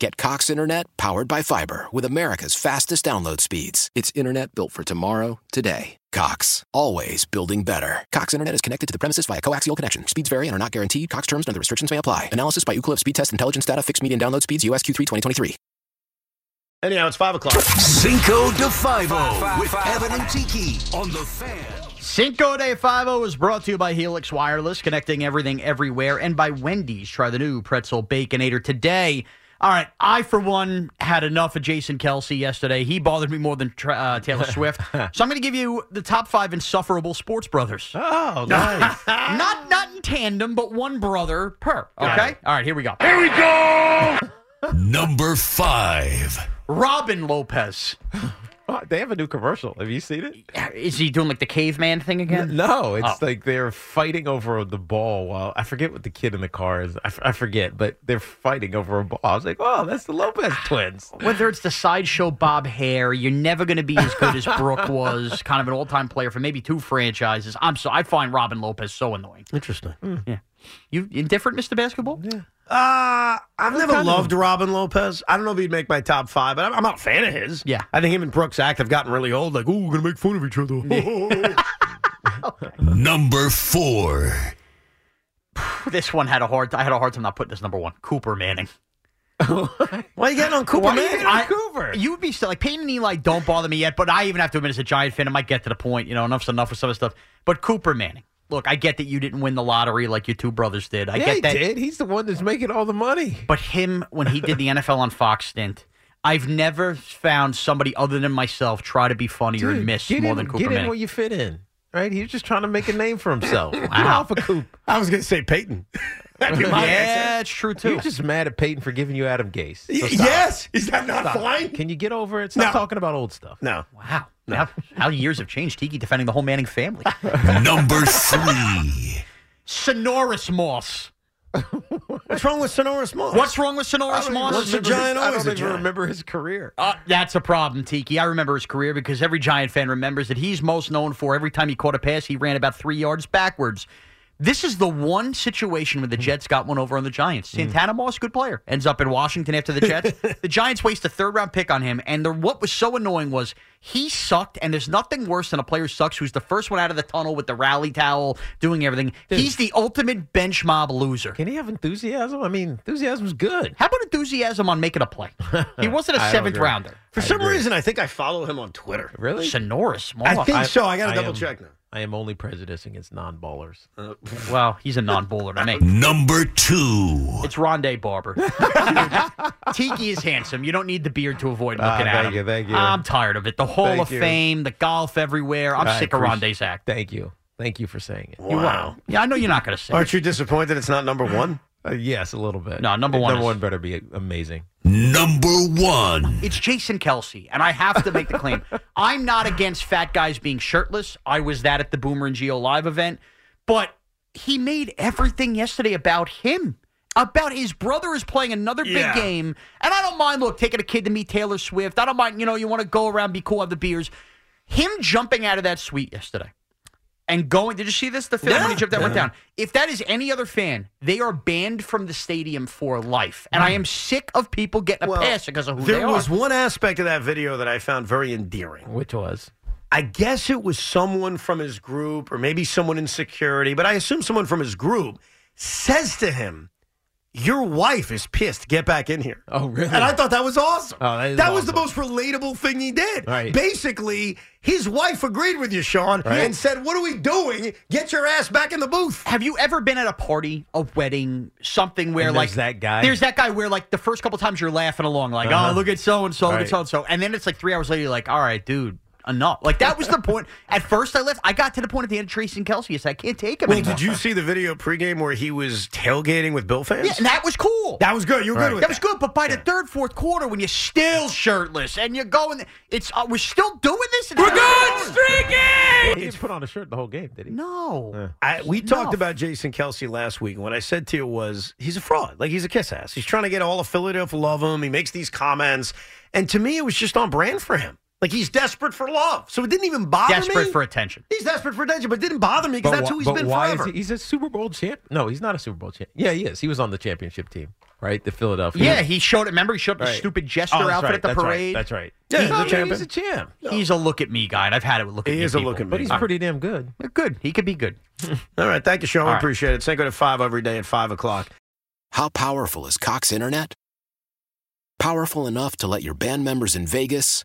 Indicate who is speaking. Speaker 1: Get Cox Internet powered by fiber with America's fastest download speeds. It's internet built for tomorrow, today. Cox, always building better. Cox Internet is connected to the premises via coaxial connection. Speeds vary and are not guaranteed. Cox terms and other restrictions may apply. Analysis by Ookla of Speed Test Intelligence Data. Fixed median download speeds. USQ3 2023.
Speaker 2: Anyhow, it's five o'clock.
Speaker 3: Cinco de Fivo with Evan and Tiki on the fan.
Speaker 2: Cinco de Fivo is brought to you by Helix Wireless, connecting everything everywhere, and by Wendy's. Try the new pretzel baconator today. All right, I for one had enough of Jason Kelsey yesterday. He bothered me more than tra- uh, Taylor Swift. so I'm going to give you the top five insufferable sports brothers.
Speaker 4: Oh, nice.
Speaker 2: not not in tandem, but one brother per.
Speaker 4: Got
Speaker 2: Okay.
Speaker 4: it.
Speaker 2: All right, here we go.
Speaker 3: Number five.
Speaker 2: Robin Lopez.
Speaker 4: Oh, they have a new commercial. Have you seen it?
Speaker 2: Is he doing like the caveman thing again?
Speaker 4: No, it's
Speaker 5: Oh.
Speaker 4: like they're fighting over the ball. While I forget what the kid in the car is. I, f- I forget, but they're fighting over a ball. I was like, oh, that's the Lopez
Speaker 5: Ah,
Speaker 4: twins.
Speaker 2: Whether it's the sideshow Bob Hare, you're never going to be as good as Brooke was, kind of an all-time player for maybe two franchises. I'm so I find Robin Lopez so annoying.
Speaker 5: Interesting.
Speaker 4: Uh,
Speaker 2: Yeah, you indifferent, Mr. Basketball? Yeah.
Speaker 5: Uh, I've never
Speaker 4: kind of
Speaker 5: loved Robin Lopez. I don't know if he'd make my top five, but I'm, I'm not a fan of his.
Speaker 2: Yeah.
Speaker 5: I think him and Brooks Act have gotten really old. Like, oh, we're going to make fun of each other.
Speaker 3: Number four.
Speaker 2: This one had a hard. I had a hard time not putting this number one. Cooper Manning.
Speaker 5: Why are you getting on Cooper
Speaker 4: Why are you
Speaker 5: Manning?
Speaker 4: getting on
Speaker 2: I-
Speaker 4: Cooper?
Speaker 2: You would be still like Peyton and Eli don't bother me yet, but I even have to admit as a Giant fan, I might get to the point. You know, enough's enough with some of the stuff. But Cooper Manning, look, I get that you didn't win the lottery like your two brothers did. I
Speaker 4: yeah,
Speaker 2: get
Speaker 4: he
Speaker 2: that.
Speaker 4: did. He's the one that's making all the money.
Speaker 2: But him when he did the NFL on Fox stint, I've never found somebody other than myself try to be funnier and
Speaker 4: Dude,
Speaker 2: miss
Speaker 4: get
Speaker 2: more
Speaker 4: in,
Speaker 2: than
Speaker 4: Get
Speaker 2: Cooper
Speaker 4: in where
Speaker 2: Manning.
Speaker 4: you fit in. Right? He's just trying to make a name for himself. Get off of Coop.
Speaker 5: I was going to say Peyton. That'd be my answer.
Speaker 2: Yeah, it's true too.
Speaker 4: You're just mad at Peyton for giving you Adam Gase. So
Speaker 5: Y-
Speaker 4: stop.
Speaker 5: yes. Is that not
Speaker 4: Stop.
Speaker 5: fine?
Speaker 4: Can you get over it? Stop
Speaker 5: No.
Speaker 4: talking about old stuff.
Speaker 5: no.
Speaker 2: wow. How, how years have changed. Tiki defending the whole Manning family.
Speaker 3: Number three.
Speaker 2: Sonorous Moss.
Speaker 5: What's wrong with Sonorous Moss?
Speaker 2: What's wrong with Sonorous Moss?
Speaker 5: What's a giant
Speaker 4: I don't
Speaker 5: always a
Speaker 4: even
Speaker 5: giant?
Speaker 4: remember his career.
Speaker 2: Uh, that's a problem, Tiki. I remember his career because every Giant fan remembers that he's most known for every time he caught a pass, he ran about three yards backwards. This is the one situation
Speaker 4: Hmm.
Speaker 2: where the Jets got one over on the Giants. Santana Moss, good player, ends up in Washington after the Jets. the Giants waste a third round pick on him, and the, what was so annoying was he sucked, and there's nothing worse than a player who sucks who's the first one out of the tunnel with the rally towel, doing everything. He's the ultimate bench mob loser.
Speaker 4: Can he have enthusiasm? I mean, enthusiasm's good.
Speaker 2: How about enthusiasm on making a play? He wasn't a
Speaker 4: I don't
Speaker 2: seventh
Speaker 4: agree.
Speaker 2: rounder.
Speaker 5: For some reason, I think I follow him on Twitter.
Speaker 4: Really?
Speaker 2: Sonorous Moss.
Speaker 5: I think so. I got
Speaker 4: I
Speaker 5: to double
Speaker 4: am-
Speaker 5: check now.
Speaker 4: I am only prejudiced against non-ballers.
Speaker 2: Well, he's a non-bowler to me.
Speaker 3: Number two.
Speaker 2: It's Rondé Barber. Tiki is handsome. You don't need the beard to avoid looking
Speaker 4: Ah,
Speaker 2: at
Speaker 4: thank
Speaker 2: him.
Speaker 4: you, thank you.
Speaker 2: I'm tired of it. The Hall
Speaker 4: Thank
Speaker 2: of
Speaker 4: you.
Speaker 2: Fame, the golf everywhere. I'm
Speaker 4: I
Speaker 2: sick of
Speaker 4: appreciate-
Speaker 2: Rondé's act.
Speaker 4: Thank you. Thank you for saying it.
Speaker 5: Wow.
Speaker 2: Yeah, I know you're not going to say. it.
Speaker 5: Aren't you disappointed it's not number one?
Speaker 4: Uh, yes, a little bit.
Speaker 2: No, number one
Speaker 4: Number
Speaker 2: is-
Speaker 4: one better be amazing.
Speaker 3: Number one.
Speaker 2: It's Jason Kelsey, and I have to make the claim. I'm not against fat guys being shirtless. I was that at the Boomer and Geo live event, but he made everything yesterday about him. About his brother is playing another
Speaker 5: Yeah.
Speaker 2: big game, and I don't mind. Look, taking a kid to meet Taylor Swift. I don't mind. You know, you want to go around, be cool, have the beers. Him jumping out of that suite yesterday and going. Did you see this? The film when he jumped that went down. If that is any other fan, they are banned from the stadium for life. And I am sick of people getting a pass because of who they
Speaker 5: Mm. there
Speaker 2: are.
Speaker 5: was one aspect of that video that I found very endearing.
Speaker 4: Which was?
Speaker 5: I guess it was someone from his group or maybe someone in security, but I assume someone from his group says to him, Your wife is pissed. Get back in here.
Speaker 4: Oh, really?
Speaker 5: And I thought that was awesome.
Speaker 4: Oh, that is
Speaker 5: was the most
Speaker 4: awesome.
Speaker 5: relatable thing he did.
Speaker 4: Right.
Speaker 5: Basically, his wife agreed with you, Sean,
Speaker 4: Right.
Speaker 5: and said, What are we doing? Get your ass back in the booth.
Speaker 2: Have you ever been at a party, a wedding, something where
Speaker 4: And
Speaker 2: like
Speaker 4: there's that guy?
Speaker 2: There's that guy where like the first couple times you're laughing along, like,
Speaker 4: Uh-huh.
Speaker 2: oh, look at so and so, look at
Speaker 4: Right.
Speaker 2: so and so, and then it's like three hours later, you're like, all right, dude, enough. Like that was the point. At first, I left. I got to the point at the end of Tracy and Kelsey. I said, I can't take him.
Speaker 5: Well,
Speaker 2: anymore.
Speaker 5: did you see the video pregame where he was tailgating with Bill fans?
Speaker 2: Yeah, and that was cool.
Speaker 5: That was good. You were
Speaker 4: Right.
Speaker 5: good with
Speaker 2: That was good, but by the third, fourth quarter, when you're still shirtless and you're going, it's uh, we're still doing this. We're going
Speaker 4: He didn't put on a shirt the whole game, did he?
Speaker 2: No,
Speaker 5: I, we
Speaker 2: enough.
Speaker 5: talked about Uh, Jason Kelsey last week. and What I said to you was, he's a fraud. Like he's a kiss ass. He's trying to get all of Philadelphia to love him. He makes these comments, and to me, it was just on brand for him. Like he's desperate for love, so it didn't even bother me.
Speaker 2: desperate for attention.
Speaker 5: He's desperate for attention, but it didn't bother me because that's
Speaker 4: wh-
Speaker 5: who he's
Speaker 4: but
Speaker 5: been
Speaker 4: why
Speaker 5: forever.
Speaker 4: Is he, he's a Super Bowl champ. No, he's not a Super Bowl champ. Yeah, he is. He was on the championship team, right? The Philadelphia.
Speaker 2: Yeah, he showed it. Remember, he showed up in a
Speaker 4: Right.
Speaker 2: stupid jester
Speaker 4: Oh, that's
Speaker 2: outfit
Speaker 4: right,
Speaker 2: at the
Speaker 4: that's right,
Speaker 2: parade.
Speaker 4: that's right.
Speaker 5: Yeah, he's
Speaker 4: No,
Speaker 5: a
Speaker 4: man,
Speaker 5: champion.
Speaker 4: He's a champ.
Speaker 2: He's a look at me guy, and I've had it with look at
Speaker 5: He
Speaker 2: me.
Speaker 5: is a
Speaker 2: people.
Speaker 5: look at
Speaker 4: But
Speaker 5: me.
Speaker 4: he's
Speaker 5: All right.
Speaker 4: pretty damn good.
Speaker 2: Good. He could be good.
Speaker 5: All right, thank you, Sean. We
Speaker 2: right.
Speaker 5: appreciate it. Cinco to five every day at five o'clock.
Speaker 1: How powerful is Cox Internet? Powerful enough to let your band members in Vegas,